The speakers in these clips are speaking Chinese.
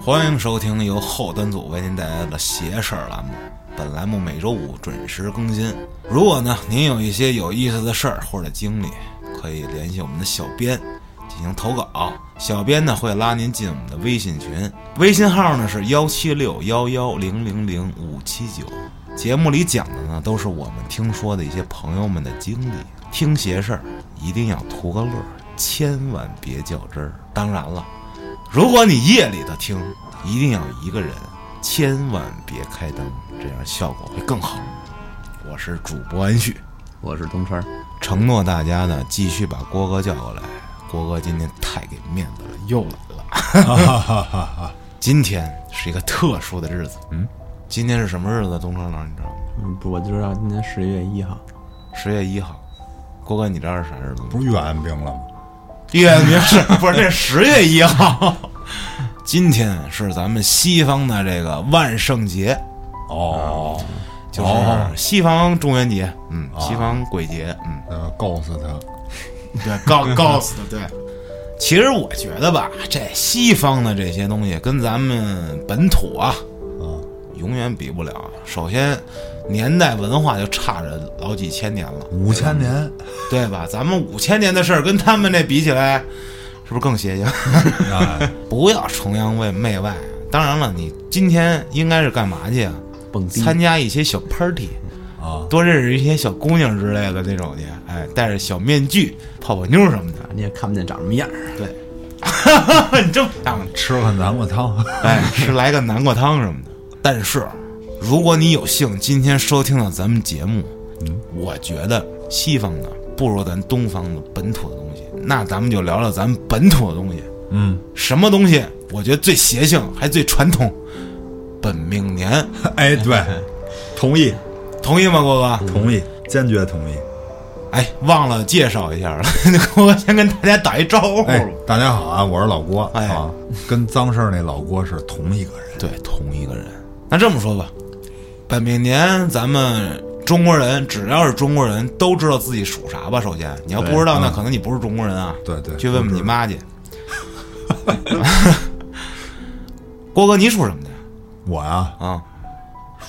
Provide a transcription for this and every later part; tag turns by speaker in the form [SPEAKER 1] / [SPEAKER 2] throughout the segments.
[SPEAKER 1] 欢迎收听由后端组为您带来的“邪事儿”栏目。本栏目每周五准时更新。如果呢您有一些有意思的事儿或者经历，可以联系我们的小编进行投稿。小编呢会拉您进我们的微信群，微信号呢是幺七六幺幺零零零五七九。节目里讲的呢都是我们听说的一些朋友们的经历，听邪事儿一定要图个乐儿，千万别较真儿。当然了。如果你夜里头听，一定要一个人，千万别开灯，这样效果会更好。我是主播安旭，
[SPEAKER 2] 我是东川，
[SPEAKER 1] 承诺大家呢，继续把郭哥叫过来。郭哥今天太给面子了，又来了。今天是一个特殊的日子，嗯，今天是什么日子？东川老师，你知道吗？
[SPEAKER 2] 嗯，不，我就知道今天十一月一号，
[SPEAKER 1] 十月一号。郭哥，你知道是啥日子吗？
[SPEAKER 3] 不是越安兵了吗？
[SPEAKER 1] 月明是不是这十月一号？今天是咱们西方的这个万圣节，
[SPEAKER 3] 哦，
[SPEAKER 1] 就是西方中元节，嗯，西方鬼节，嗯，
[SPEAKER 3] 呃，告诉他，
[SPEAKER 1] 对，告告死的，对。其实我觉得吧，这西方的这些东西跟咱们本土啊，
[SPEAKER 3] 嗯，
[SPEAKER 1] 永远比不了。首先，年代文化就差着老几千年了，
[SPEAKER 3] 五千年，
[SPEAKER 1] 对吧？咱们五千年的事儿跟他们这比起来，是不是更邪性？
[SPEAKER 3] 哎，
[SPEAKER 1] 不要崇洋媚媚外。当然了，你今天应该是干嘛去啊？
[SPEAKER 2] 蹦迪，
[SPEAKER 1] 参加一些小 party，
[SPEAKER 3] 啊，
[SPEAKER 1] 多认识一些小姑娘之类的那种去，哎，戴着小面具、泡泡妞什么的。
[SPEAKER 2] 你也看不见长什么样儿。
[SPEAKER 1] 对， 你这么想，
[SPEAKER 3] 吃个南瓜汤，
[SPEAKER 1] 哎，吃来个南瓜汤什么的。但是，如果你有幸今天收听到咱们节目，我觉得西方的不如咱东方的本土的东西。那咱们就聊聊咱们本土的东西，
[SPEAKER 3] 嗯，
[SPEAKER 1] 什么东西？我觉得最邪性，还最传统。本命年，
[SPEAKER 3] 哎，对， 同意，
[SPEAKER 1] 同意吗，郭哥？
[SPEAKER 3] 同意，坚决同意。
[SPEAKER 1] 哎，忘了介绍一下了， 我先跟大家打一招呼。
[SPEAKER 3] 哎，大家好啊，我是老郭，
[SPEAKER 1] 哎
[SPEAKER 3] 啊，跟脏事儿那老郭是同一个人，
[SPEAKER 1] 对，同一个人。那这么说吧，本命年咱们中国人只要是中国人都知道自己属啥吧。首先，你要不知道，那可能你不是中国人啊。
[SPEAKER 3] 对对
[SPEAKER 1] 去问问
[SPEAKER 3] 都
[SPEAKER 1] 你
[SPEAKER 3] 知道
[SPEAKER 1] 妈去。郭哥，你属什么的呀
[SPEAKER 3] 我啊
[SPEAKER 1] 啊？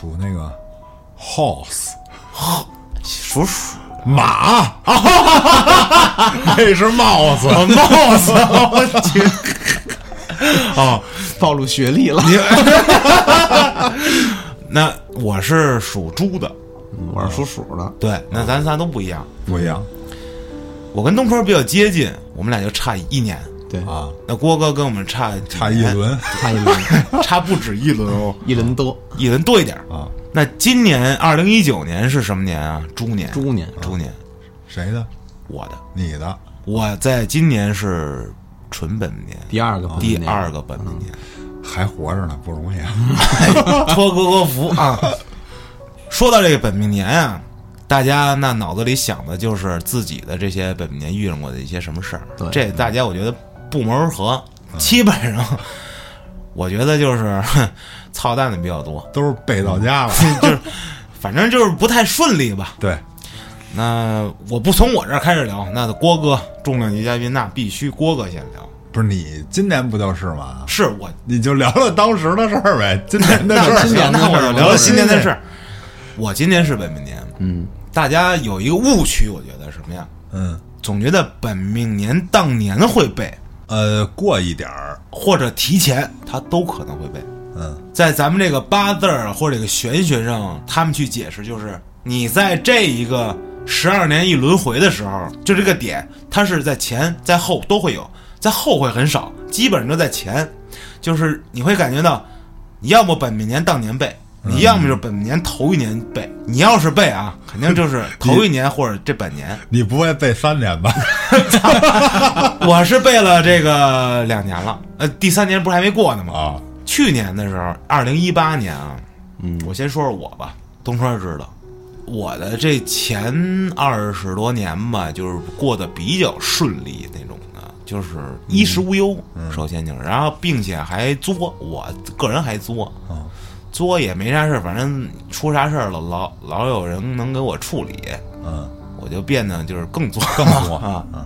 [SPEAKER 3] 属那个 horse
[SPEAKER 1] 属鼠。
[SPEAKER 3] 马， 那是帽子，
[SPEAKER 1] 帽子，我去！哦，
[SPEAKER 2] 暴露学历了，
[SPEAKER 1] 那我是属猪的，
[SPEAKER 2] 我是属嗯鼠的，
[SPEAKER 1] 对，那咱仨都不一样。
[SPEAKER 3] 不一样
[SPEAKER 1] 我跟东川比较接近，我们俩就差一年。
[SPEAKER 2] 对，
[SPEAKER 3] 啊，
[SPEAKER 1] 那郭哥跟我们差
[SPEAKER 3] 差一，轮
[SPEAKER 2] 差一轮，
[SPEAKER 1] 差不止一轮哦，
[SPEAKER 2] 一轮多，
[SPEAKER 1] 一轮多一点。
[SPEAKER 3] 啊，
[SPEAKER 1] 那今年二零一九年是什么年啊？猪年，
[SPEAKER 2] 猪年
[SPEAKER 1] 猪年，
[SPEAKER 3] 谁的？
[SPEAKER 1] 我的，
[SPEAKER 3] 你的？
[SPEAKER 1] 我在今年是纯本命年，
[SPEAKER 2] 啊第二个，
[SPEAKER 1] 第二，个本命年，
[SPEAKER 3] 还活着呢，不容易啊！
[SPEAKER 1] 托哥哥福啊！说到这个本命年啊，大家那脑子里想的就是自己的这些本命年遇上过的一些什么事儿
[SPEAKER 2] 对，
[SPEAKER 1] 这大家我觉得不谋而合，基本上我觉得就是 哼操蛋的比较多，
[SPEAKER 3] 都是背到家了，
[SPEAKER 1] 就是反正就是不太顺利吧。
[SPEAKER 3] 对，
[SPEAKER 1] 那我不从我这儿开始聊，那郭哥重量级嘉宾，那必须郭哥先聊。
[SPEAKER 3] 不是你今年不就是吗？
[SPEAKER 1] 是我，
[SPEAKER 3] 你就聊聊当时的事儿呗，今年的事
[SPEAKER 1] 那
[SPEAKER 3] 儿。
[SPEAKER 1] 今
[SPEAKER 2] 年的
[SPEAKER 1] 那我
[SPEAKER 2] 事儿
[SPEAKER 1] 就
[SPEAKER 2] 吧
[SPEAKER 1] 聊聊
[SPEAKER 3] 对
[SPEAKER 1] 新年的事儿。我今年是本命年，
[SPEAKER 2] 嗯，
[SPEAKER 1] 大家有一个误区，我觉得什么呀？
[SPEAKER 3] 嗯，
[SPEAKER 1] 总觉得本命年当年会背，
[SPEAKER 3] 呃，过一点儿，
[SPEAKER 1] 或者提前，它都可能会背。
[SPEAKER 3] 嗯，
[SPEAKER 1] 在咱们这个八字儿或者这个玄学上，他们去解释就是，你在这一个十二年一轮回的时候，就这个点，它是在前在后都会有，在后会很少，基本上都在前，就是你会感觉到，你要么本命年当年背，你要么就是本命年头一年背，你要是背啊，肯定就是头一年或者这本年。
[SPEAKER 3] 你不会背三年吧？
[SPEAKER 1] 我是背了这个两年了，呃，第三年不是还没过呢吗？
[SPEAKER 3] 啊，
[SPEAKER 1] 去年的时候，二零一八年啊，嗯，我先说说我吧，东川知道，我的这前二十多年吧，就是过得比较顺利那种的，就是衣食无忧，
[SPEAKER 3] 嗯
[SPEAKER 1] 首先就是，然后并且还作，我个人还作，
[SPEAKER 3] 嗯
[SPEAKER 1] 作也没啥事儿，反正出啥事儿了，老老有人能给我处理，
[SPEAKER 3] 嗯，
[SPEAKER 1] 我就变得就是更作
[SPEAKER 3] 更 多
[SPEAKER 1] 啊。
[SPEAKER 3] 嗯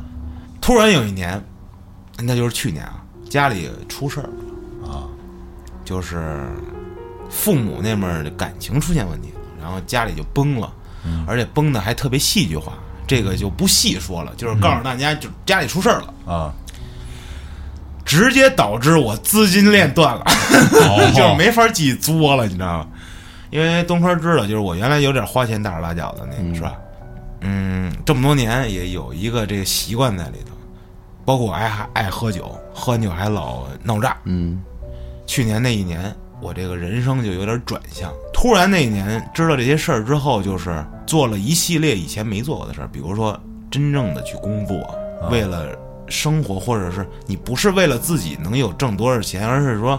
[SPEAKER 1] 突然有一年，那就是去年啊，家里出事儿了。
[SPEAKER 3] 啊，
[SPEAKER 1] 就是父母那面的感情出现问题，然后家里就崩了，而且崩的还特别戏剧化，这个就不细说了，就是告诉大家，就家里出事儿了，
[SPEAKER 3] 啊，
[SPEAKER 1] 直接导致我资金链断了。
[SPEAKER 3] 哦
[SPEAKER 1] 就是没法继续作了，你知道吗？因为东坡知道，就是我原来有点花钱大手大脚的那个，是吧？嗯，这么多年也有一个这个习惯在里头，包括我爱爱喝酒，喝完酒还老闹炸。
[SPEAKER 2] 嗯，
[SPEAKER 1] 去年那一年，我这个人生就有点转向。突然那一年知道这些事儿之后，就是做了一系列以前没做过的事儿，比如说真正的去工作，为了生活，或者是你不是为了自己能有挣多少钱，而是说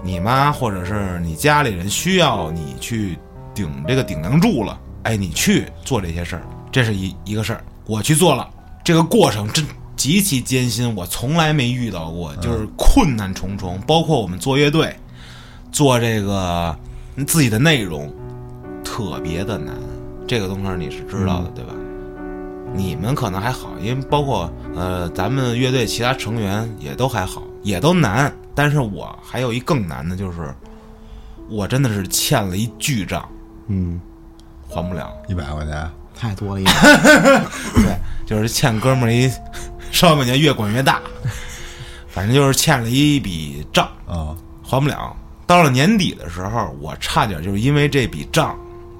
[SPEAKER 1] 你妈或者是你家里人需要你去顶这个顶梁柱了，哎，你去做这些事儿，这是一一个事儿。我去做了，这个过程真极其艰辛，我从来没遇到过，就是困难重重。包括我们做乐队，做这个嗯自己的内容，特别的难。这个东西儿你是知道的，对吧？你们可能还好，因为包括呃，咱们乐队其他成员也都还好，也都难。但是我还有一更难的，就是我真的是欠了一巨账，
[SPEAKER 2] 嗯，
[SPEAKER 1] 还不了，
[SPEAKER 3] 一百块钱，
[SPEAKER 2] 太多了一点，
[SPEAKER 1] 就是欠哥们儿一上半年越滚越大， 反正就是欠了一笔账，
[SPEAKER 3] 啊，
[SPEAKER 1] 还不了。到了年底的时候，我差点就是因为这笔账，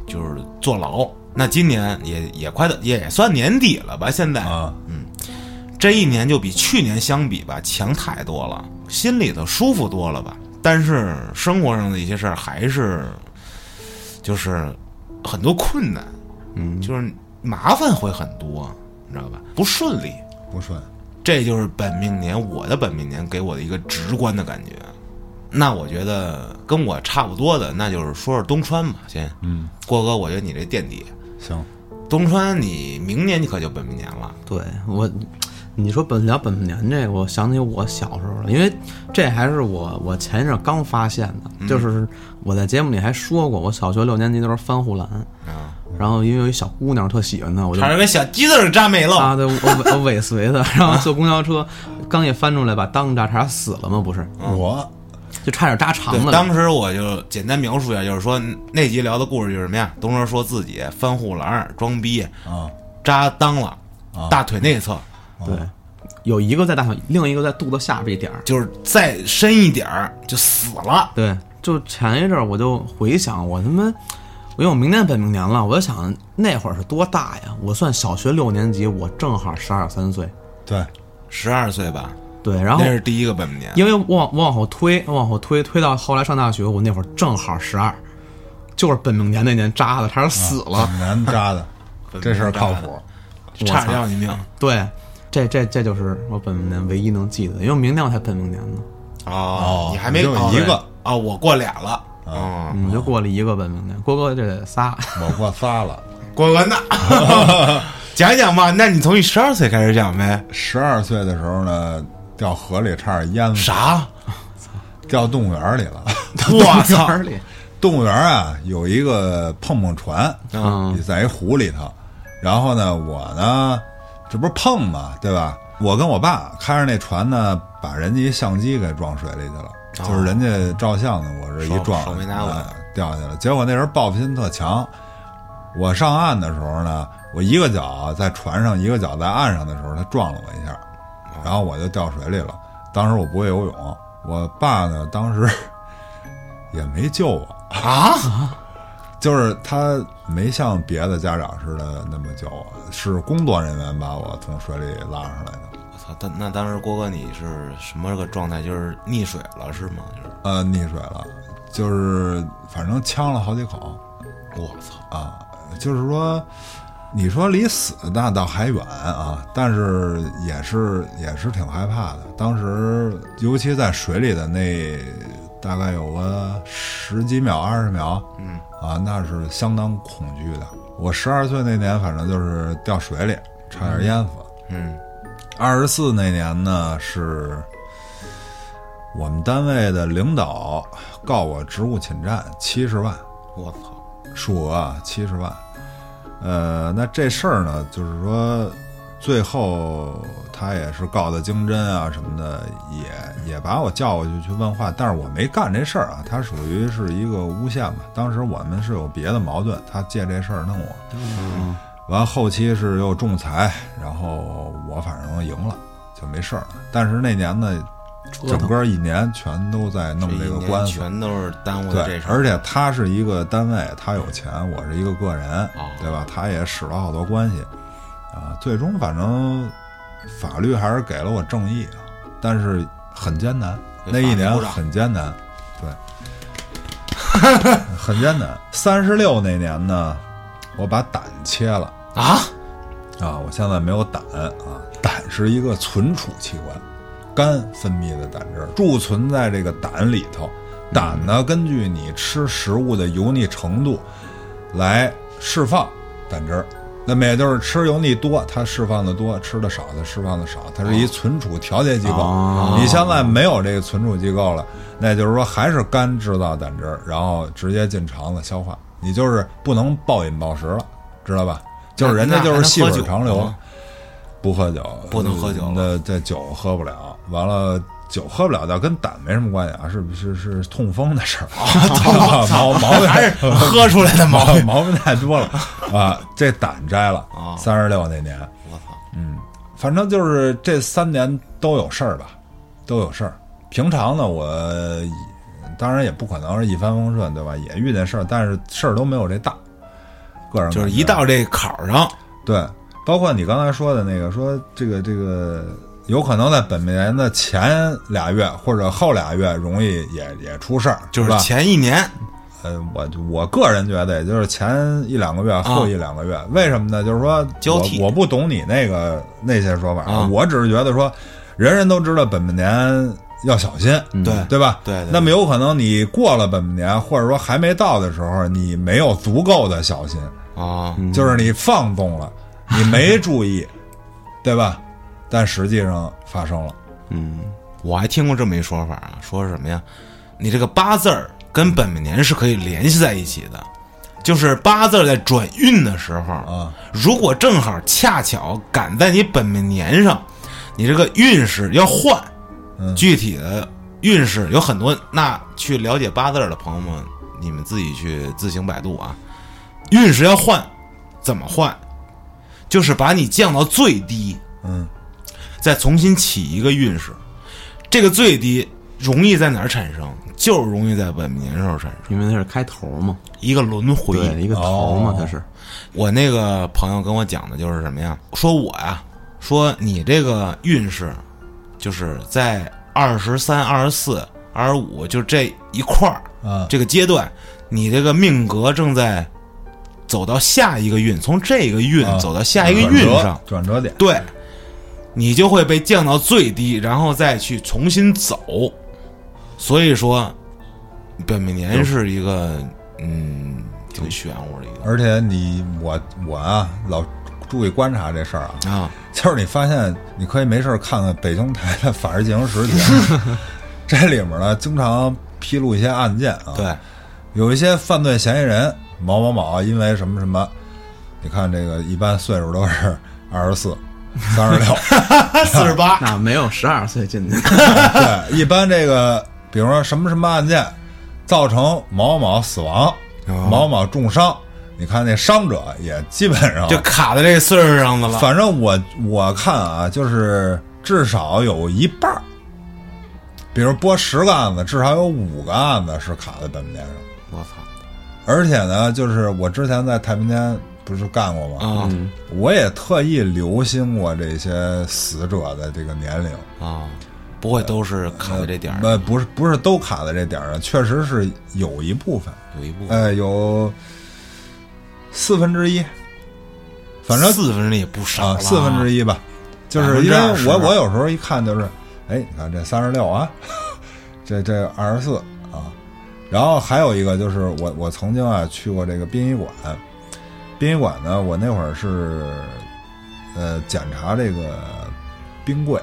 [SPEAKER 1] 就是坐牢。那今年也也快到也算年底了吧？现在
[SPEAKER 3] 啊，
[SPEAKER 1] 这一年就比去年相比吧，强太多了，心里头舒服多了吧。但是生活上的一些事儿还是，就是很多困难，嗯，就是麻烦会很多，你知道吧？不顺利，
[SPEAKER 3] 不顺，
[SPEAKER 1] 这就是本命年我的本命年给我的一个直观的感觉。那我觉得跟我差不多的，那就是说说东川吧，先，
[SPEAKER 3] 嗯，
[SPEAKER 1] 郭哥，我觉得你这垫底，
[SPEAKER 3] 行，
[SPEAKER 1] 东川你明年你可就本命年了，
[SPEAKER 2] 对我，你说本聊本命年这个，我想起我小时候了，因为这还是我我前一阵刚发现的，就是我在节目里还说过，我小学六年级的时候翻护栏，
[SPEAKER 1] 啊，
[SPEAKER 2] 然后因为有一小姑娘特喜欢她，我就
[SPEAKER 1] 差点给小鸡子儿扎没了，
[SPEAKER 2] 啊，对，我尾我尾随她，然后坐公交车，刚一翻出来把裆扎差点死了嘛，不是，
[SPEAKER 3] 我
[SPEAKER 2] 就差点扎肠
[SPEAKER 1] 对，
[SPEAKER 2] 子了。
[SPEAKER 1] 当时我就简单描述一下，就是说那集聊的故事就是什么呀？东哥说自己翻护栏儿装逼
[SPEAKER 3] 啊，
[SPEAKER 1] 扎裆了，大腿内侧
[SPEAKER 2] 对，有一个在大腿，另一个在肚子下边一点儿。
[SPEAKER 1] 就是再深一点儿就死了。
[SPEAKER 2] 对，就前一阵儿我就回想，我他妈，因为我明年本命年了，我就想那会儿是多大呀？我算小学六年级，我正好十二三岁。
[SPEAKER 3] 对，
[SPEAKER 1] 十二岁吧，
[SPEAKER 2] 对，然后
[SPEAKER 1] 那是第一个本命年。
[SPEAKER 2] 因为我往我往后推，我往后推，推到后来上大学，我那会儿正好十二，就是本命年那年扎的，差点死了。
[SPEAKER 3] 很难扎的，这事儿靠
[SPEAKER 1] 本命
[SPEAKER 3] 谱，
[SPEAKER 1] 年扎的，差点要你命
[SPEAKER 2] 对，这这这就是我本命年唯一能记得，因为明年我才本命年呢，
[SPEAKER 1] 哦你还没
[SPEAKER 3] 就
[SPEAKER 1] 哦
[SPEAKER 3] 一个
[SPEAKER 1] 啊？我过俩了。嗯，
[SPEAKER 2] 我就过了一个本命年。郭哥这得仨，
[SPEAKER 3] 我过仨了，
[SPEAKER 1] 过完呢， 讲一讲吧。那你从你十二岁开始讲呗。
[SPEAKER 3] 十二岁的时候呢，掉河里差点淹死，
[SPEAKER 1] 啥？
[SPEAKER 3] 掉动物园里了。
[SPEAKER 1] 我操！
[SPEAKER 2] 圈里
[SPEAKER 3] 动物园啊有一个碰碰船，
[SPEAKER 1] 啊
[SPEAKER 2] 嗯
[SPEAKER 3] 也在一湖里头。然后呢，我呢，这不是碰嘛，对吧？我跟我爸开着那船呢，把人家一相机给撞水里去了，就是人家照相呢，我这一
[SPEAKER 1] 手
[SPEAKER 3] 撞
[SPEAKER 1] 哦手没拿稳
[SPEAKER 3] 啊掉下去了。结果那人报复心特强，我上岸的时候呢，我一个脚在船上，一个脚在岸上的时候，他撞了我一下，
[SPEAKER 1] 哦
[SPEAKER 3] 然后我就掉水里了。当时我不会游泳，我爸呢当时 也没救我啊，就是他没像别的家长似的那么救我，是工作人员把我从水里拉上来的。
[SPEAKER 1] 我操！当那当时郭哥你是什么个状态？就是溺水了是吗？就是
[SPEAKER 3] 呃，溺水了，就是反正呛了好几口。
[SPEAKER 1] 我操！
[SPEAKER 3] 啊，就是说，你说离死那倒还远啊，但是也是也是挺害怕的。当时尤其在水里的那大概有个十几秒、二十秒，嗯，啊，那是相当恐惧的。我十二岁那年，反正就是掉水里，差点淹死。
[SPEAKER 1] 嗯，
[SPEAKER 3] 二十四那年呢，是我们单位的领导告我职务侵占七十万，
[SPEAKER 1] 我操！
[SPEAKER 3] 数额啊，七十万。呃，那这事儿呢，就是说最后他也是告的经侦啊什么的，也也把我叫过去去问话，但是我没干这事儿啊，他属于是一个诬陷吧。当时我们是有别的矛盾，他借这事儿弄我。完后期是又仲裁，然后我反正赢了，就没事儿了。但是那年呢，
[SPEAKER 2] 折
[SPEAKER 3] 整
[SPEAKER 2] 腾
[SPEAKER 3] 个一年全都在弄这个
[SPEAKER 1] 一年
[SPEAKER 3] 官司，
[SPEAKER 1] 全都是耽误的这
[SPEAKER 3] 对，
[SPEAKER 1] 事儿。
[SPEAKER 3] 而且他是一个单位，他有钱，我是一个个人，
[SPEAKER 1] 哦
[SPEAKER 3] 对吧？他也使了好多关系，啊，最终反正法律还是给了我正义啊，但是很艰难，
[SPEAKER 1] 给
[SPEAKER 3] 那
[SPEAKER 1] 法
[SPEAKER 3] 一
[SPEAKER 1] 律
[SPEAKER 3] 年
[SPEAKER 1] 鼓掌
[SPEAKER 3] 很艰难，对， 很艰难。三十六那年呢，我把胆切了
[SPEAKER 1] 啊，
[SPEAKER 3] 啊，我现在没有胆啊，胆是一个存储器官。肝分泌的胆汁儿贮存在这个胆里头。胆呢，根据你吃食物的油腻程度来释放胆汁儿。那么也就是吃油腻多，它释放的多；吃的少，它释放的少。它是一存储调节机构。
[SPEAKER 2] 哦
[SPEAKER 3] 你现在没有这个存储机构了，那就是说还是肝制造胆汁儿，然后直接进肠子消化。你就是不能暴饮暴食了，知道吧？就是人家
[SPEAKER 1] 那
[SPEAKER 3] 就是细
[SPEAKER 1] 那还能喝
[SPEAKER 3] 水
[SPEAKER 1] 酒
[SPEAKER 3] 长流
[SPEAKER 1] 吗。
[SPEAKER 3] 不喝酒，嗯
[SPEAKER 1] 不能喝酒了
[SPEAKER 3] 那这酒喝不了，完了酒喝不了倒跟胆没什么关系啊，是不是是痛风的事儿？ 啊毛毛病
[SPEAKER 1] 还是喝出来的毛
[SPEAKER 3] 毛
[SPEAKER 1] 病。
[SPEAKER 3] 毛病太多了啊！这胆摘了
[SPEAKER 1] 啊，
[SPEAKER 3] 三十六那年，
[SPEAKER 1] 我操！
[SPEAKER 3] 反正就是这三年都有事儿吧，都有事儿。平常呢，我当然也不可能是一帆风顺，对吧？也遇见事儿，但是事儿都没有这大。个人
[SPEAKER 1] 就是
[SPEAKER 3] 感觉
[SPEAKER 1] 一到这坎儿上，
[SPEAKER 3] 对，包括你刚才说的那个，说这个这个有可能在本命年的前俩月或者后俩月容易也也出事儿，
[SPEAKER 1] 就是
[SPEAKER 3] 吧？
[SPEAKER 1] 前一年
[SPEAKER 3] 呃，我我个人觉得，也就是前一两个月，后一两个月，为什么呢？就是说
[SPEAKER 1] 啊交替
[SPEAKER 3] 我我不懂你那个那些说法，
[SPEAKER 1] 啊
[SPEAKER 3] 我只是觉得说，人人都知道本命年要小心，
[SPEAKER 1] 嗯对
[SPEAKER 3] 对吧？
[SPEAKER 1] 对对
[SPEAKER 3] 那么有可能你过了本命年，或者说还没到的时候，你没有足够的小心，
[SPEAKER 1] 啊，
[SPEAKER 3] 就是你放纵了，你没注意，对吧？但实际上发生了，
[SPEAKER 1] 我还听过这么一说法啊，说是什么呀？你这个八字儿跟本命年是可以联系在一起的，就是八字儿在转运的时候
[SPEAKER 3] 啊，
[SPEAKER 1] 如果正好恰巧赶在你本命年上，你这个运势要换，
[SPEAKER 3] 嗯
[SPEAKER 1] 具体的运势有很多。那去了解八字儿的朋友们，你们自己去自行百度啊。运势要换，怎么换？就是把你降到最低，
[SPEAKER 3] 嗯，
[SPEAKER 1] 再重新起一个运势。这个最低容易在哪儿产生？就是容易在本命年时候产生
[SPEAKER 2] 因为它是开头嘛，
[SPEAKER 1] 一个轮回。
[SPEAKER 2] 对，一个头嘛
[SPEAKER 3] 哦，
[SPEAKER 2] 它是
[SPEAKER 1] 我那个朋友跟我讲的就是什么呀？说我呀，说你这个运势，就是在二十三、二十四、二十五，就这一块儿
[SPEAKER 3] 啊
[SPEAKER 2] 嗯
[SPEAKER 1] 这个阶段，你这个命格正在走到下一个运，从这个运
[SPEAKER 2] 嗯
[SPEAKER 3] 啊
[SPEAKER 1] 走到下一个运上，
[SPEAKER 3] 转折转折点，
[SPEAKER 1] 对，你就会被降到最低，然后再去重新走。所以说，本命年是一个嗯挺玄乎的一
[SPEAKER 3] 而且你我我啊，老注意观察这事儿啊，
[SPEAKER 1] 个啊。
[SPEAKER 3] 就是你发现你可以没事儿看看北京台的《法制进行时》节目， 这里面呢经常披露一些案件啊，
[SPEAKER 1] 对，
[SPEAKER 3] 有一些犯罪嫌疑人某某某因为什么什么，你看这个一般岁数都是二十四、三十六，
[SPEAKER 1] 四十八
[SPEAKER 2] 那没有十二岁进去，
[SPEAKER 3] 对，一般这个，比如说什么什么案件，造成某某死亡，某某重伤，你看那伤者也基本上
[SPEAKER 1] 就卡在这个岁数上的了。
[SPEAKER 3] 反正我我看啊，就是至少有一半儿，比如播十个案子，至少有五个案子是卡在本命年上。
[SPEAKER 1] 我操
[SPEAKER 3] 而且呢，就是我之前在太平间不是干过吗？
[SPEAKER 1] 啊
[SPEAKER 3] 我也特意留心过这些死者的这个年龄。
[SPEAKER 1] 啊！不会都是卡在这点儿
[SPEAKER 3] 呃，不是不是都卡在这点儿上，确实是有一部分，
[SPEAKER 1] 有一部分，
[SPEAKER 3] 呃，有四分之一，反正
[SPEAKER 1] 四分之一也不少
[SPEAKER 3] 啊，
[SPEAKER 1] 了，
[SPEAKER 3] 四分之
[SPEAKER 1] 一
[SPEAKER 3] 一吧，就是因为我我有时候一看就是，哎，你看这三十六啊， 这这二十四啊，然后还有一个就是我我曾经啊去过这个殡仪馆，殡仪馆呢，我那会儿是呃检查这个冰柜，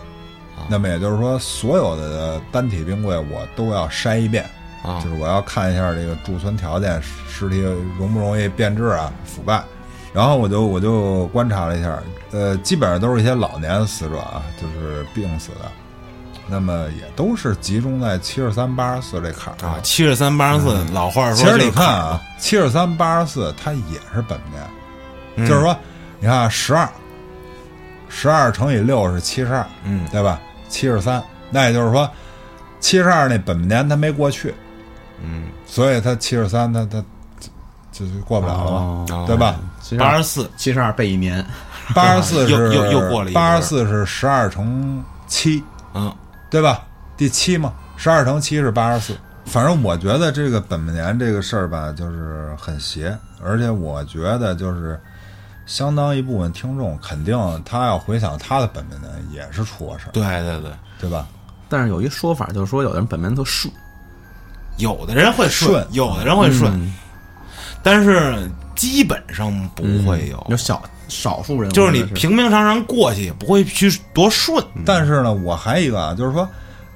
[SPEAKER 1] 啊
[SPEAKER 3] 那么也就是说所有的单体冰柜我都要筛一遍，
[SPEAKER 1] 啊
[SPEAKER 3] 就是我要看一下这个贮存条件，尸体容不容易变质啊、腐败，然后我就我就观察了一下，呃，基本上都是一些老年死者啊，就是病死的，那么也都是集中在七十三、八十四这坎儿上
[SPEAKER 1] 啊，七十三八十四，老话说
[SPEAKER 3] 嗯其实
[SPEAKER 1] 就是
[SPEAKER 3] 你看
[SPEAKER 1] 坎儿
[SPEAKER 3] 啊，七十三、八十四，它也是本命，
[SPEAKER 1] 嗯
[SPEAKER 3] 就是说，你看啊十二，十二乘以六是七十二，
[SPEAKER 1] 嗯，
[SPEAKER 3] 对吧？七十三，那也就是说，七十二那本命年它没过去，
[SPEAKER 1] 嗯，
[SPEAKER 3] 所以它七十三，它它就是过不了了嘛，
[SPEAKER 1] 哦
[SPEAKER 3] 对吧？
[SPEAKER 1] 八十四，
[SPEAKER 2] 七十二背一年，
[SPEAKER 3] 八十 四
[SPEAKER 1] 又
[SPEAKER 3] 是
[SPEAKER 1] 又又过了一轮
[SPEAKER 3] 八十四是十二乘七，
[SPEAKER 1] 嗯，
[SPEAKER 3] 对吧？第七嘛，十二乘七是八十四。反正我觉得这个本命年这个事儿吧，就是很邪，而且我觉得就是相当一部分听众肯定他要回想他的本命年也是出过事儿，
[SPEAKER 1] 对对对，
[SPEAKER 3] 对吧？
[SPEAKER 2] 但是有一说法就是说，有的人本命特顺，
[SPEAKER 1] 有的人会顺嗯
[SPEAKER 3] 顺，
[SPEAKER 1] 有的人会顺，但是基本上不会嗯有，
[SPEAKER 2] 有小少数人，
[SPEAKER 1] 就是你
[SPEAKER 2] 我觉得
[SPEAKER 1] 平平常常过去也不会去多顺，
[SPEAKER 3] 但是呢，我还一个啊，就是说，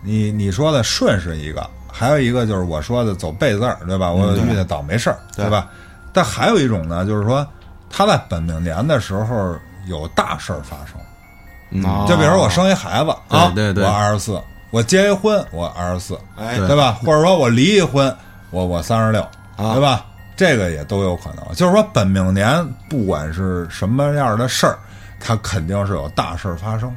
[SPEAKER 3] 你你说的顺是一个，还有一个就是我说的走背字儿，对吧？我遇见倒霉事儿，
[SPEAKER 1] 嗯对
[SPEAKER 3] 对吧？但还有一种呢，就是说他在本命年的时候有大事儿发生，
[SPEAKER 1] 啊
[SPEAKER 3] 就比如说我生一孩子啊，
[SPEAKER 2] 对对对
[SPEAKER 3] 我二十四，我结一婚我二十四，
[SPEAKER 1] 哎
[SPEAKER 2] 对
[SPEAKER 3] 对吧？或者说我离一婚我我三十六，对吧？这个也都有可能，就是说本命年不管是什么样的事儿，它肯定是有大事儿发生，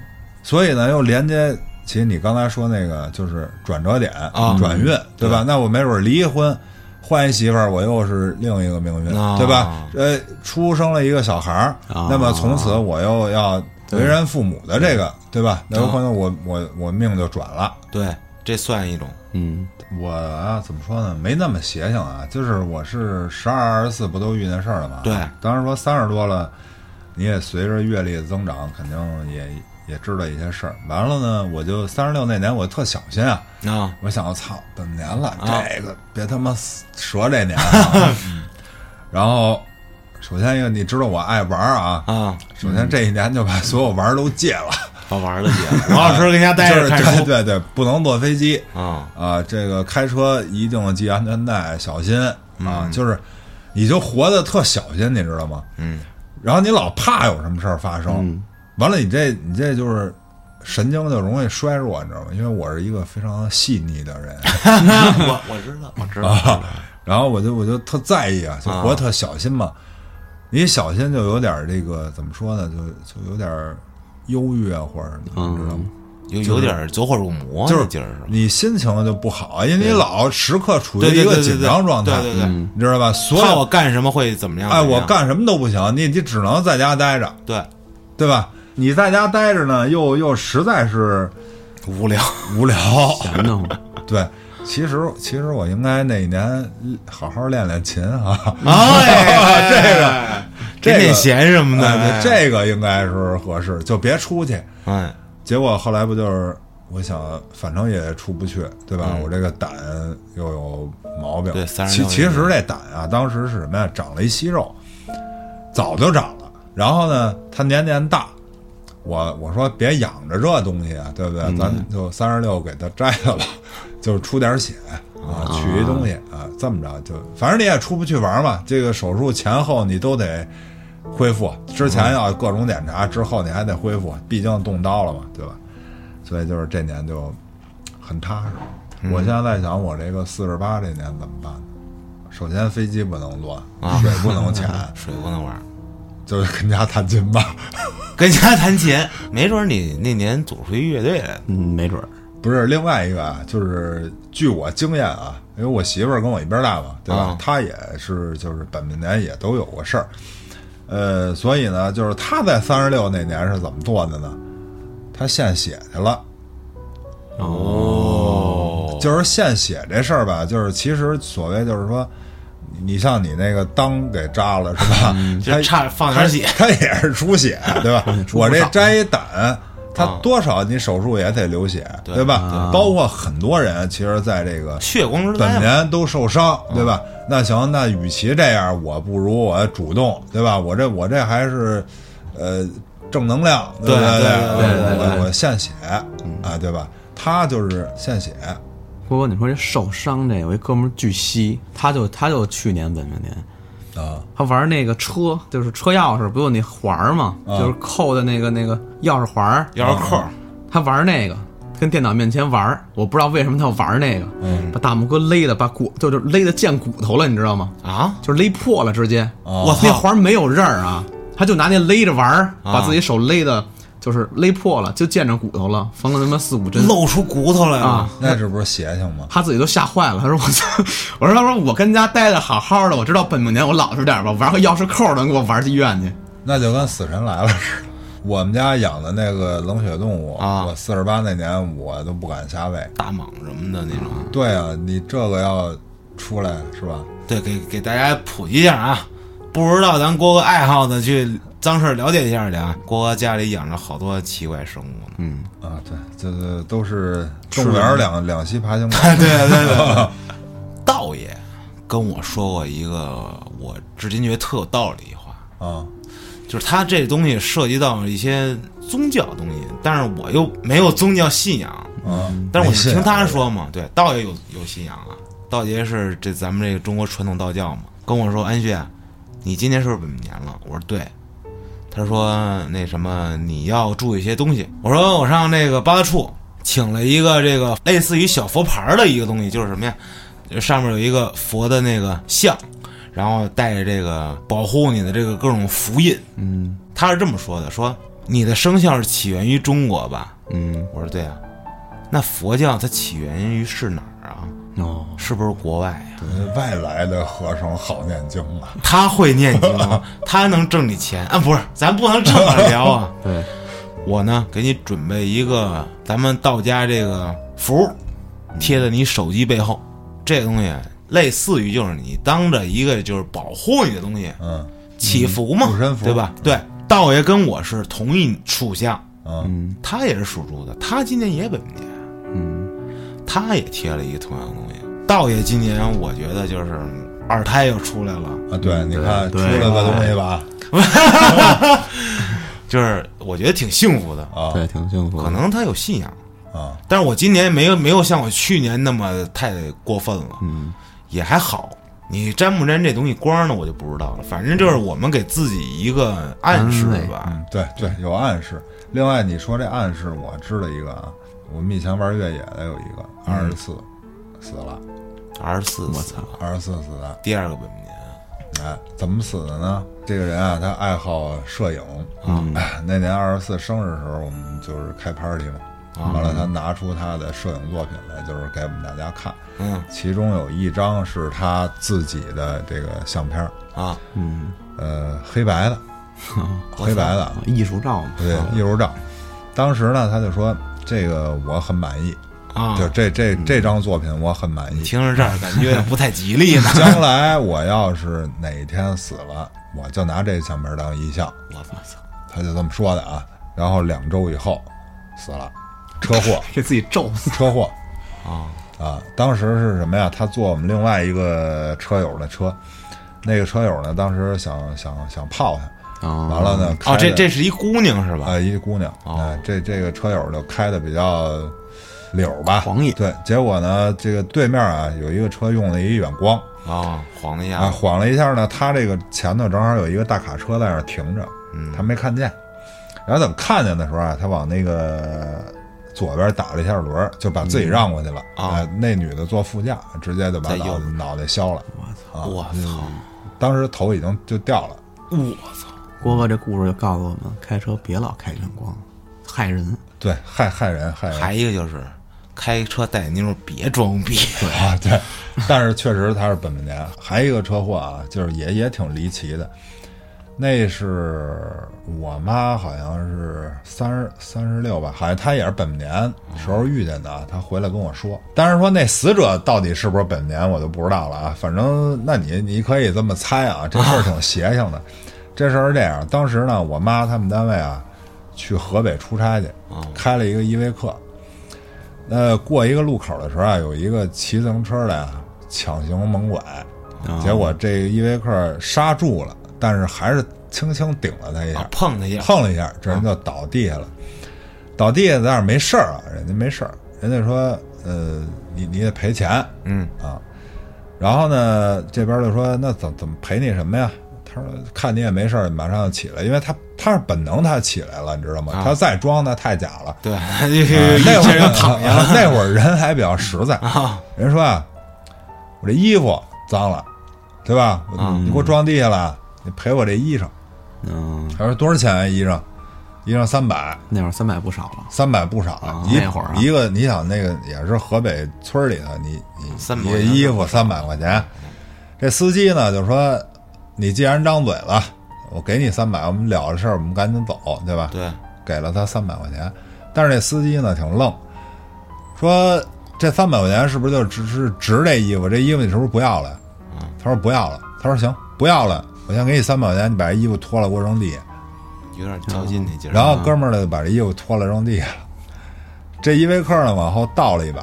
[SPEAKER 3] 所以呢，又连接起你刚才说那个就是转折点、
[SPEAKER 1] 啊
[SPEAKER 3] 转运，对吧？那我没准离一婚，换一媳妇儿，我又是另一个命运，
[SPEAKER 1] 啊
[SPEAKER 3] 对吧？呃，出生了一个小孩儿，
[SPEAKER 2] 啊
[SPEAKER 3] 那么从此我又要为人父母的这个，对吧？那有可能我我我命就转了。
[SPEAKER 1] 对，这算一种，
[SPEAKER 2] 嗯，
[SPEAKER 3] 我啊，怎么说呢？没那么邪性啊，就是我是十二、二十四不都遇见事儿了吗？
[SPEAKER 1] 对
[SPEAKER 3] 当然说三十多了，你也随着阅历的增长，肯定也也知道一些事儿。完了呢，我就三十六那年，我特小心啊，
[SPEAKER 1] 啊，
[SPEAKER 3] 我想我操，本年了，
[SPEAKER 1] 啊
[SPEAKER 3] 这个别他妈死折这年、 啊。然后，首先一个，你知道我爱玩儿啊，
[SPEAKER 1] 啊，
[SPEAKER 3] 首先这一年就把所有玩儿都戒了，
[SPEAKER 1] 把玩儿的姐， 王老师跟家 待
[SPEAKER 3] 就
[SPEAKER 1] 着
[SPEAKER 3] 是
[SPEAKER 1] 看
[SPEAKER 3] 对
[SPEAKER 1] 书
[SPEAKER 3] 对对，不能坐飞机。
[SPEAKER 1] 啊，
[SPEAKER 3] 啊，这个开车一定系安全带，小心啊，就是你就活得特小心，你知道吗？
[SPEAKER 1] 嗯，
[SPEAKER 3] 然后你老怕有什么事儿发生，完了你这你这就是神经就容易衰弱，你知道吗？因为我是一个非常细腻的人
[SPEAKER 1] 我我知道，我知道，
[SPEAKER 3] 啊， 然后我就我就特在意啊，就活得特小心嘛。你小心就有点儿这个怎么说呢？就就有点儿忧郁啊，或者什
[SPEAKER 1] 嗯
[SPEAKER 3] 么，你知道吗？
[SPEAKER 1] 有有点儿走火入魔
[SPEAKER 3] 就
[SPEAKER 1] 那
[SPEAKER 3] 是
[SPEAKER 1] 劲儿是吧？
[SPEAKER 3] 你心情就不好，因为你老时刻处于
[SPEAKER 1] 对
[SPEAKER 3] 一
[SPEAKER 1] 对
[SPEAKER 3] 个
[SPEAKER 1] 对对
[SPEAKER 3] 紧
[SPEAKER 1] 对
[SPEAKER 3] 张状态，
[SPEAKER 1] 对对对嗯
[SPEAKER 3] 你知道吧？所
[SPEAKER 1] 怕我
[SPEAKER 3] 有
[SPEAKER 1] 干什么会怎么样？
[SPEAKER 3] 哎，
[SPEAKER 1] 怎么
[SPEAKER 3] 我
[SPEAKER 1] 样
[SPEAKER 3] 干什么都不行，你你只能在家待着，
[SPEAKER 1] 对
[SPEAKER 3] 对吧？你在家待着呢，又又实在是
[SPEAKER 1] 无聊，
[SPEAKER 3] 无聊，
[SPEAKER 2] 闲得慌，
[SPEAKER 3] 对。其实，其实我应该那一年好好练练琴啊，
[SPEAKER 1] 哎，
[SPEAKER 3] 这个
[SPEAKER 1] 个这
[SPEAKER 3] 这个
[SPEAKER 1] 点闲什 么的，
[SPEAKER 3] 哎这个应该是合适，就别出去。
[SPEAKER 1] 哎，
[SPEAKER 3] 结果后来不就是，我想反正也出不去，对吧？我这个胆又有毛病。
[SPEAKER 1] 对36
[SPEAKER 3] 其
[SPEAKER 1] 年
[SPEAKER 3] 其实这胆啊，当时是什么呀？长了一息肉，早就长了。然后呢，它年年大。我我说别养着这东西啊，对不对？咱就三十六给它摘了吧， 就是出点血啊，取一东西啊，这么着就，反正你也出不去玩嘛。这个手术前后你都得恢复，之前要各种检查，之后你还得恢复，毕竟动刀了嘛，对吧？所以就是这年就很踏实。我现在在想，我这个四十八这年怎么办呢？首先飞机不能乱，水不能潜，
[SPEAKER 1] 哎水不能玩儿，
[SPEAKER 3] 就是跟家弹琴吧。
[SPEAKER 1] 跟家弹琴，没准儿你那年组出一乐队来，
[SPEAKER 2] 嗯，没准儿，
[SPEAKER 3] 不是，另外一个啊，就是据我经验啊，因为我媳妇儿跟我一边大嘛，对吧？
[SPEAKER 1] 啊
[SPEAKER 3] 她也是，就是本命年也都有过事儿，呃，所以呢，就是她在三十六那年是怎么做的呢？她献血去了，
[SPEAKER 1] 哦，
[SPEAKER 3] 就是献血这事儿吧，就是其实所谓就是说，你像你那个裆给扎了是吧？
[SPEAKER 1] 就差放点血，
[SPEAKER 3] 它也是出血，对吧？
[SPEAKER 2] 出不
[SPEAKER 3] 我这
[SPEAKER 2] 少
[SPEAKER 3] 摘一胆，它多少你手术也得流血，
[SPEAKER 1] 对
[SPEAKER 3] 对吧？包括很多人其实在这个
[SPEAKER 1] 血光之灾
[SPEAKER 3] 本
[SPEAKER 1] 嘛，
[SPEAKER 3] 年都受伤，对吧？那行，那与其这样，我不如我主动，对吧？我这我这还是，呃，正能量，不
[SPEAKER 1] 对
[SPEAKER 3] 对
[SPEAKER 1] 对对
[SPEAKER 2] 对对
[SPEAKER 3] 我
[SPEAKER 2] 对
[SPEAKER 3] 我我献血啊，对吧？他就是献血，
[SPEAKER 2] 郭哥，你说这受伤这有一哥们儿巨稀，他就他就去年本命年，
[SPEAKER 3] 啊
[SPEAKER 2] 他玩那个车，就是车钥匙不有那环儿嘛，就是扣的那个那个钥匙环儿，
[SPEAKER 1] 钥匙扣儿，
[SPEAKER 2] 他玩那个，跟电脑面前玩儿，我不知道为什么他要玩那个，把大拇哥勒的，把骨就是勒的见骨头了，你知道吗？
[SPEAKER 1] 啊，
[SPEAKER 2] 就是勒破了，直接。
[SPEAKER 1] 我
[SPEAKER 2] 那
[SPEAKER 1] 操，
[SPEAKER 2] 环儿没有刃儿啊，他就拿那勒着玩儿，把自己手勒的，就是勒破了，就见着骨头了，缝了他妈四五针
[SPEAKER 1] 露出骨头来
[SPEAKER 2] 啊
[SPEAKER 1] 了，。
[SPEAKER 3] 那这不是邪性吗？
[SPEAKER 2] 他自己都吓坏了，他说我操， 我说他说我跟家待的好好的，我知道本命年我老实点儿吧，玩个钥匙扣儿能给我玩儿去医院去。
[SPEAKER 3] 那就跟死神来了似的。我们家养的那个冷血动物，
[SPEAKER 1] 啊
[SPEAKER 3] 我四十八那年我都不敢下喂。
[SPEAKER 1] 大蟒什么的那种。
[SPEAKER 3] 对啊，你这个要出来是吧？
[SPEAKER 1] 对，给给大家普及一下啊，不知道咱郭哥爱好的去脏事儿了解一下去啊。郭哥家里养着好多奇怪生物呢。嗯，
[SPEAKER 3] 啊，对，这这都是动物园儿两两栖爬行狗。啊
[SPEAKER 1] 对对 对，道爷跟我说过一个我至今觉得特有道理的话，
[SPEAKER 3] 啊，
[SPEAKER 1] 就是他这东西涉及到一些宗教东西，但是我又没有宗教信仰。
[SPEAKER 3] 嗯，
[SPEAKER 1] 但是我
[SPEAKER 3] 没事
[SPEAKER 1] 听他说嘛，对，道爷有有信仰啊，道爷是这咱们这个中国传统道教嘛。跟我说安旭，啊你今年是不是本命年了？我说对。他说那什么，你要注意些东西。我说我上那个八大处请了一个这个类似于小佛牌儿的一个东西，就是什么呀？上面有一个佛的那个像，然后带着这个保护你的这个各种符印。
[SPEAKER 2] 嗯
[SPEAKER 1] 他是这么说的：说你的生肖是起源于中国吧？
[SPEAKER 2] 嗯
[SPEAKER 1] 我说对啊，那佛教它起源于是哪儿啊？
[SPEAKER 2] 哦，
[SPEAKER 1] 是不是国外呀、
[SPEAKER 3] 呃外来的和尚好念经啊，
[SPEAKER 1] 他会念经啊， 他能挣你钱啊？不是，咱不能这么聊啊。
[SPEAKER 2] 对，
[SPEAKER 1] 我呢，给你准备一个咱们道家这个符，贴在你手机背后。这东西类似于就是你当着一个就是保护你的东西
[SPEAKER 3] 嗯
[SPEAKER 1] 祈福嘛
[SPEAKER 3] 护身，符
[SPEAKER 1] 对吧？对，道爷跟我是同一属相，
[SPEAKER 3] 嗯
[SPEAKER 1] 他也是属猪的，他今年也本命年。
[SPEAKER 2] 嗯
[SPEAKER 1] 他也贴了一个同样的东西。道爷今年我觉得就是二胎又出来了，
[SPEAKER 3] 啊，对，你看出
[SPEAKER 2] 对
[SPEAKER 3] 了个东西吧，
[SPEAKER 1] 就是我觉得挺幸福的，
[SPEAKER 3] 啊
[SPEAKER 2] 对，挺幸福
[SPEAKER 1] 可
[SPEAKER 2] 的。
[SPEAKER 1] 能他有信仰。
[SPEAKER 3] 啊，
[SPEAKER 1] 但是我今年没有没有像我去年那么太过分了，
[SPEAKER 2] 嗯，
[SPEAKER 1] 也还好。你沾不沾这东西光呢，我就不知道了。反正就是我们给自己一个暗示
[SPEAKER 2] 安慰
[SPEAKER 1] 吧。
[SPEAKER 3] 嗯，对对，有暗示。另外，你说这暗示，我知道一个啊，我们以前玩越野的有一个二十四死了，
[SPEAKER 1] 二十四，我操，
[SPEAKER 3] 二十四死的，
[SPEAKER 1] 第二个本命年，
[SPEAKER 3] 哎，怎么死的呢？这个人啊，他爱好摄影啊、那年二十四生日的时候，我们就是开 party 嘛，完了他拿出他的摄影作品来，就是给我们大家看。
[SPEAKER 1] 嗯
[SPEAKER 3] 其中有一张是他自己的这个相片儿，
[SPEAKER 1] 啊，
[SPEAKER 3] 呃，黑白的，黑白的啊，
[SPEAKER 2] 艺术照嘛，
[SPEAKER 3] 对，艺术照。当时呢，他就说这个我很满意，
[SPEAKER 1] 啊
[SPEAKER 3] 就这这这张作品我很满意。。
[SPEAKER 1] 听着这儿感觉有点不太吉利呢
[SPEAKER 3] 将来我要是哪天死了，我就拿这相片当遗像。
[SPEAKER 1] 我操，
[SPEAKER 3] 他就这么说的啊。然后两周以后死了，车祸，
[SPEAKER 2] 给自己咒死。
[SPEAKER 3] 车祸
[SPEAKER 1] 啊
[SPEAKER 3] 啊！当时是什么呀？他坐我们另外一个车友的车，那个车友呢，当时想想想泡他，
[SPEAKER 2] 哦，
[SPEAKER 3] 完了呢，
[SPEAKER 1] 哦，这这
[SPEAKER 3] 啊、
[SPEAKER 1] 是一姑娘是吧？
[SPEAKER 3] 呃一姑娘，
[SPEAKER 1] 哦
[SPEAKER 3] 哎这这个车友就开的比较溜儿吧，
[SPEAKER 2] 狂野
[SPEAKER 3] 对，结果呢，这个对面啊有一个车用了一远光
[SPEAKER 1] 啊，黄的
[SPEAKER 3] 啊，
[SPEAKER 1] 丫头
[SPEAKER 3] 晃了一下呢，他这个前头正好有一个大卡车在那儿停着，
[SPEAKER 1] 嗯
[SPEAKER 3] 他没看见。然后等看见的时候啊，他往那个左边打了一下轮儿，就把自己让过去了。
[SPEAKER 1] 啊
[SPEAKER 3] 哎那女的坐副驾，直接就把
[SPEAKER 1] 在右
[SPEAKER 3] 脑
[SPEAKER 1] 边
[SPEAKER 3] 脑袋削了。啊
[SPEAKER 1] 我操！
[SPEAKER 3] 当时头已经就掉了。
[SPEAKER 1] 我操！
[SPEAKER 2] 郭哥这故事就告诉我们，开车别老开远光，害人。
[SPEAKER 3] 对，害害人害人
[SPEAKER 1] 还一个就是，开车戴眼镜儿别装逼。
[SPEAKER 3] 啊！对，但是确实他是本命年。还有一个车祸啊，就是也也挺离奇的。那是我妈，好像是三十三十六吧，好像她也是本命年时候遇见的啊。她回来跟我说，但是说那死者到底是不是本命年，我就不知道了啊。反正那你你可以这么猜啊，这事儿挺邪性的。这事儿是这样，当时呢，我妈他们单位啊去河北出差去，开了一个依维柯。那过一个路口的时候啊，有一个骑自行车的啊抢行猛拐，结果这个依维柯刹住了，但是还是轻轻顶了他一
[SPEAKER 1] 啊
[SPEAKER 3] 下，
[SPEAKER 1] 碰他一下，
[SPEAKER 3] 碰了一下，这人就倒地下了。倒地下但是没事儿啊，人家没事儿，人家说呃你你得赔钱，
[SPEAKER 1] 嗯
[SPEAKER 3] 啊，然后呢，这边就说那怎怎么赔你什么呀？他说看你也没事儿，马上就起来，因为他他是本能他起来了，你知道吗？
[SPEAKER 1] 啊呃
[SPEAKER 3] 他再装那太假了。
[SPEAKER 1] 对，
[SPEAKER 3] 啊那
[SPEAKER 1] 那
[SPEAKER 3] 会
[SPEAKER 1] 些
[SPEAKER 3] 儿
[SPEAKER 1] 人躺下了
[SPEAKER 3] 那会儿人还比较实在。
[SPEAKER 1] 啊，
[SPEAKER 3] 人说啊，我这衣服脏了，对吧？
[SPEAKER 1] 嗯
[SPEAKER 3] 你给我装地下了，你赔我这衣裳。
[SPEAKER 2] 嗯，
[SPEAKER 3] 他说多少钱啊？衣裳，衣裳三百，
[SPEAKER 2] 那会儿三百不少了，
[SPEAKER 3] 三百不少
[SPEAKER 2] 啊
[SPEAKER 3] 了。一
[SPEAKER 2] 那会儿啊
[SPEAKER 3] 一个你想那个也是河北村里头，你你
[SPEAKER 1] 三百
[SPEAKER 3] 一个衣服三百块钱，这司机呢就说，你既然张嘴了，我给你三百，我们了了事儿，我们赶紧走，对吧？
[SPEAKER 1] 对，
[SPEAKER 3] 给了他三百块钱，但是这司机呢挺愣，说这三百块钱是不是就只是值这衣服？这衣服你是不是不要了呀？
[SPEAKER 2] 嗯
[SPEAKER 3] 他说不要了。他说行，不要了，我先给你三百块钱，你把这衣服脱了给我扔地下。
[SPEAKER 1] 有点较劲那劲儿。
[SPEAKER 3] 然后哥们儿呢就把这衣服脱了扔地下了。这依维柯呢往后倒了一把，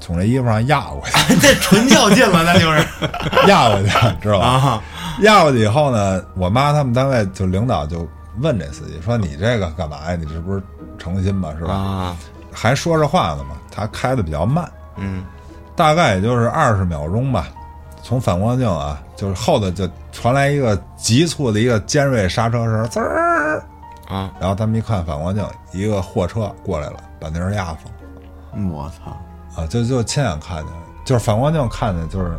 [SPEAKER 3] 从这衣服上压过 去，
[SPEAKER 1] 这纯较劲了，那就是
[SPEAKER 3] 压过去，知道 吧？
[SPEAKER 1] 啊，
[SPEAKER 3] 压过去以后呢，我妈他们单位就领导就问这司机说：“你这个干嘛呀？你这不是诚心吗？是吧？”
[SPEAKER 1] 啊，
[SPEAKER 3] 还说着话呢嘛，他开的比较慢，
[SPEAKER 1] 嗯，
[SPEAKER 3] 大概也就是二十秒钟吧。从反光镜啊，就是后头就传来一个急促的一个尖锐刹车声，滋儿。
[SPEAKER 1] 啊，
[SPEAKER 3] 然后他们一看反光镜，一个货车过来了，把那人压死了
[SPEAKER 2] 我操，
[SPEAKER 3] 啊！就就亲眼看见了，就是反光镜看见就是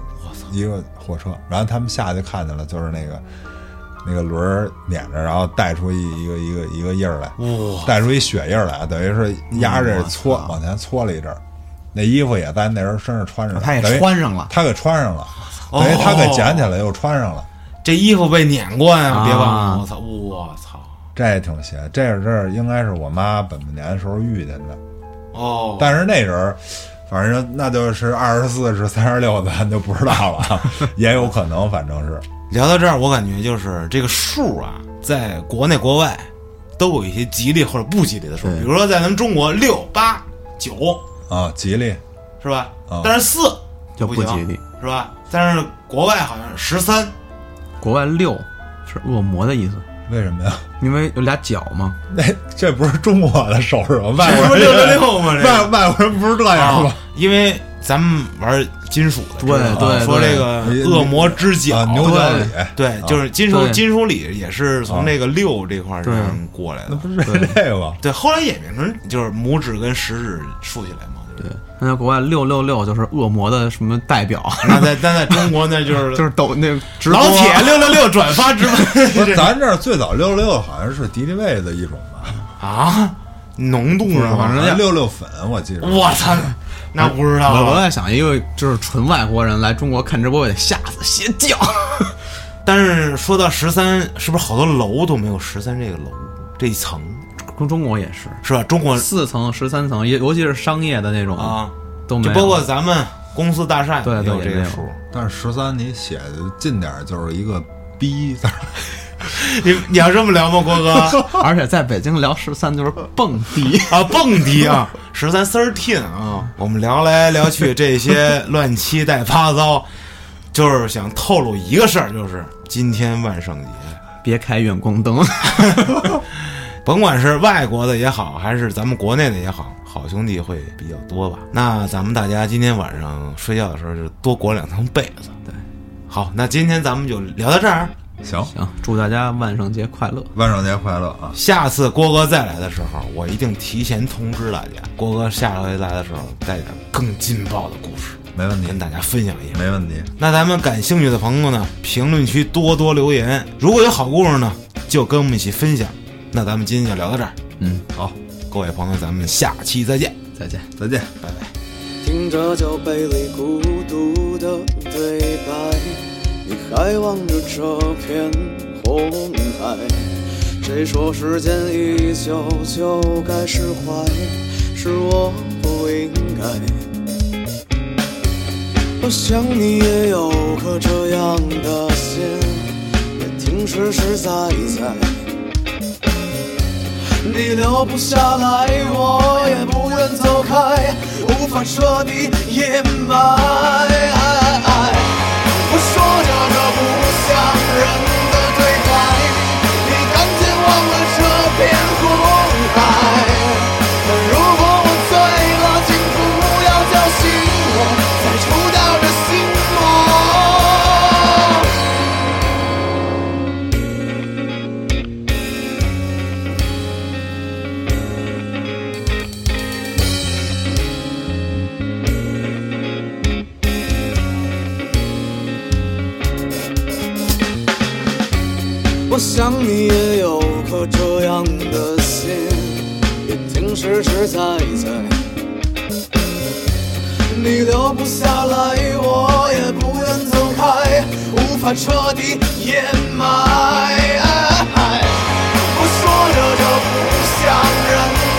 [SPEAKER 3] 一个货车，然后他们下去看见了，就是那个那个轮儿碾着，然后带出一一个一个一个印儿来，
[SPEAKER 1] 哇，
[SPEAKER 3] 带出一血印儿来，等于是压着
[SPEAKER 2] 我
[SPEAKER 3] 搓
[SPEAKER 2] 操
[SPEAKER 3] 往前搓了一阵儿，那衣服也在那人身上穿着呢，
[SPEAKER 2] 他也
[SPEAKER 3] 等于
[SPEAKER 2] 穿上了，
[SPEAKER 3] 他给穿上了，
[SPEAKER 1] 哦
[SPEAKER 3] 等于他给捡起来又穿上了，
[SPEAKER 1] 这衣服被碾过呀，别忘
[SPEAKER 2] 啊
[SPEAKER 1] 了，我操，我操，
[SPEAKER 3] 这也挺邪。这是这儿应该是我妈本命年的时候遇见的，
[SPEAKER 1] 哦，
[SPEAKER 3] 但是那人儿，反正那就是二十四是三十六，咱就不知 道了，啊也有可能，反正是
[SPEAKER 1] 聊到这儿，我感觉就是这个数啊，在国内国外都有一些吉利或者不吉利的数，
[SPEAKER 2] 对
[SPEAKER 1] 比如说在咱们中国六八九
[SPEAKER 3] 啊，吉利
[SPEAKER 1] 是吧
[SPEAKER 3] 啊？
[SPEAKER 1] 但是四
[SPEAKER 2] 就
[SPEAKER 1] 不
[SPEAKER 2] 不吉
[SPEAKER 1] 行
[SPEAKER 2] 利。
[SPEAKER 1] 是吧？但是国外好像十三
[SPEAKER 2] 国外六是恶魔的意思，
[SPEAKER 3] 为什么呀？
[SPEAKER 2] 因为有俩角嘛。
[SPEAKER 3] 那这不是中国的手势吗？外
[SPEAKER 1] 这
[SPEAKER 3] 国
[SPEAKER 1] 不
[SPEAKER 3] 人
[SPEAKER 1] 哎是六六六吗？这
[SPEAKER 3] 外外国人不是这样吗
[SPEAKER 1] 啊？，因为咱们玩金属的，
[SPEAKER 2] 对
[SPEAKER 1] 知道吧
[SPEAKER 2] 对
[SPEAKER 1] 说
[SPEAKER 2] 对
[SPEAKER 1] 这个
[SPEAKER 3] 你
[SPEAKER 1] 恶魔之角
[SPEAKER 3] 啊，，牛角
[SPEAKER 2] 对
[SPEAKER 3] 里。
[SPEAKER 1] 哦对，就是金属
[SPEAKER 2] 啊对啊
[SPEAKER 1] 金属里也是从这个六这块儿
[SPEAKER 2] 对
[SPEAKER 1] 上过来
[SPEAKER 3] 那
[SPEAKER 1] 的，
[SPEAKER 3] 不是 这个吗？
[SPEAKER 1] 对，后来演变成就是拇指跟食指竖起来嘛，就是
[SPEAKER 2] 对，那在国外六六六就是恶魔的什么代 表，
[SPEAKER 1] 那在但在中国那就是
[SPEAKER 2] 就是抖那个直播
[SPEAKER 1] 老铁六六六转发直
[SPEAKER 3] 不
[SPEAKER 1] 播
[SPEAKER 3] 是，咱这儿最早六六六好像是敌敌畏的一种吧，
[SPEAKER 1] 啊，浓度是
[SPEAKER 3] 好
[SPEAKER 1] 吗？
[SPEAKER 3] 像六六粉，我记着。
[SPEAKER 1] 我操，那不知道啊
[SPEAKER 2] 我我
[SPEAKER 1] 了。
[SPEAKER 2] 在想，一个就是纯外国人来中国看直播，我得吓死邪教。
[SPEAKER 1] 但是说到十三，是不是好多楼都没有十三这个楼这一层
[SPEAKER 2] 中中国也是
[SPEAKER 1] 是吧？中国
[SPEAKER 2] 四层、十三层，也尤其是商业的那种
[SPEAKER 1] 啊，
[SPEAKER 2] 都没
[SPEAKER 1] 就
[SPEAKER 2] 有。
[SPEAKER 1] 包括咱们公司大厦
[SPEAKER 2] 对
[SPEAKER 1] 也
[SPEAKER 2] 对
[SPEAKER 1] 有这
[SPEAKER 2] 也
[SPEAKER 1] 个
[SPEAKER 2] 没有
[SPEAKER 1] 数，
[SPEAKER 3] 但是十三你写的近点儿就是一个逼字儿，
[SPEAKER 1] 你你要这么聊吗，郭哥
[SPEAKER 2] 而且在北京聊十三就是蹦迪，
[SPEAKER 1] 啊？蹦迪啊， 十三 thirteen 啊，我们聊来聊去这些乱七带八糟，就是想透露一个事儿，就是今天万圣节。
[SPEAKER 2] 别开远光灯。
[SPEAKER 1] 甭管是外国的也好，还是咱们国内的也好，好兄弟会比较多吧。那咱们大家今天晚上睡觉的时候就多裹两层被子。对，好，那今天咱们就聊到这儿。
[SPEAKER 3] 行，
[SPEAKER 2] 行，祝大家万圣节快乐！
[SPEAKER 3] 万圣节快乐啊！
[SPEAKER 1] 下次郭哥再来的时候，我一定提前通知大家。郭哥下回来的时候带点更劲爆的故事
[SPEAKER 3] 没问题
[SPEAKER 1] 跟，大家分享一下。
[SPEAKER 3] 没问题。
[SPEAKER 1] 那咱们感兴趣的朋友呢，评论区多多留言。如果有好故事呢，就跟我们一起分享。那咱们今天就聊到这儿，
[SPEAKER 2] 嗯，
[SPEAKER 3] 好，
[SPEAKER 1] 各位朋友，咱们下期再见。
[SPEAKER 2] 再见。
[SPEAKER 3] 再见。
[SPEAKER 4] 听着酒杯里孤独的对白，你还望着这片红海。谁说时间一久就该释怀？是我不应该。我想你也有颗这样的心，也挺实实在在。你留不下来，我也不愿走开，无法彻底掩埋。我说着这不像人的对白，你赶紧忘了这片红海。但如果我醉了，请不要叫醒我，再除掉这心魔。想你也有颗这样的心，也挺实实在在。你留不下来，我也不愿走开，无法彻底掩埋。我说着这不像人。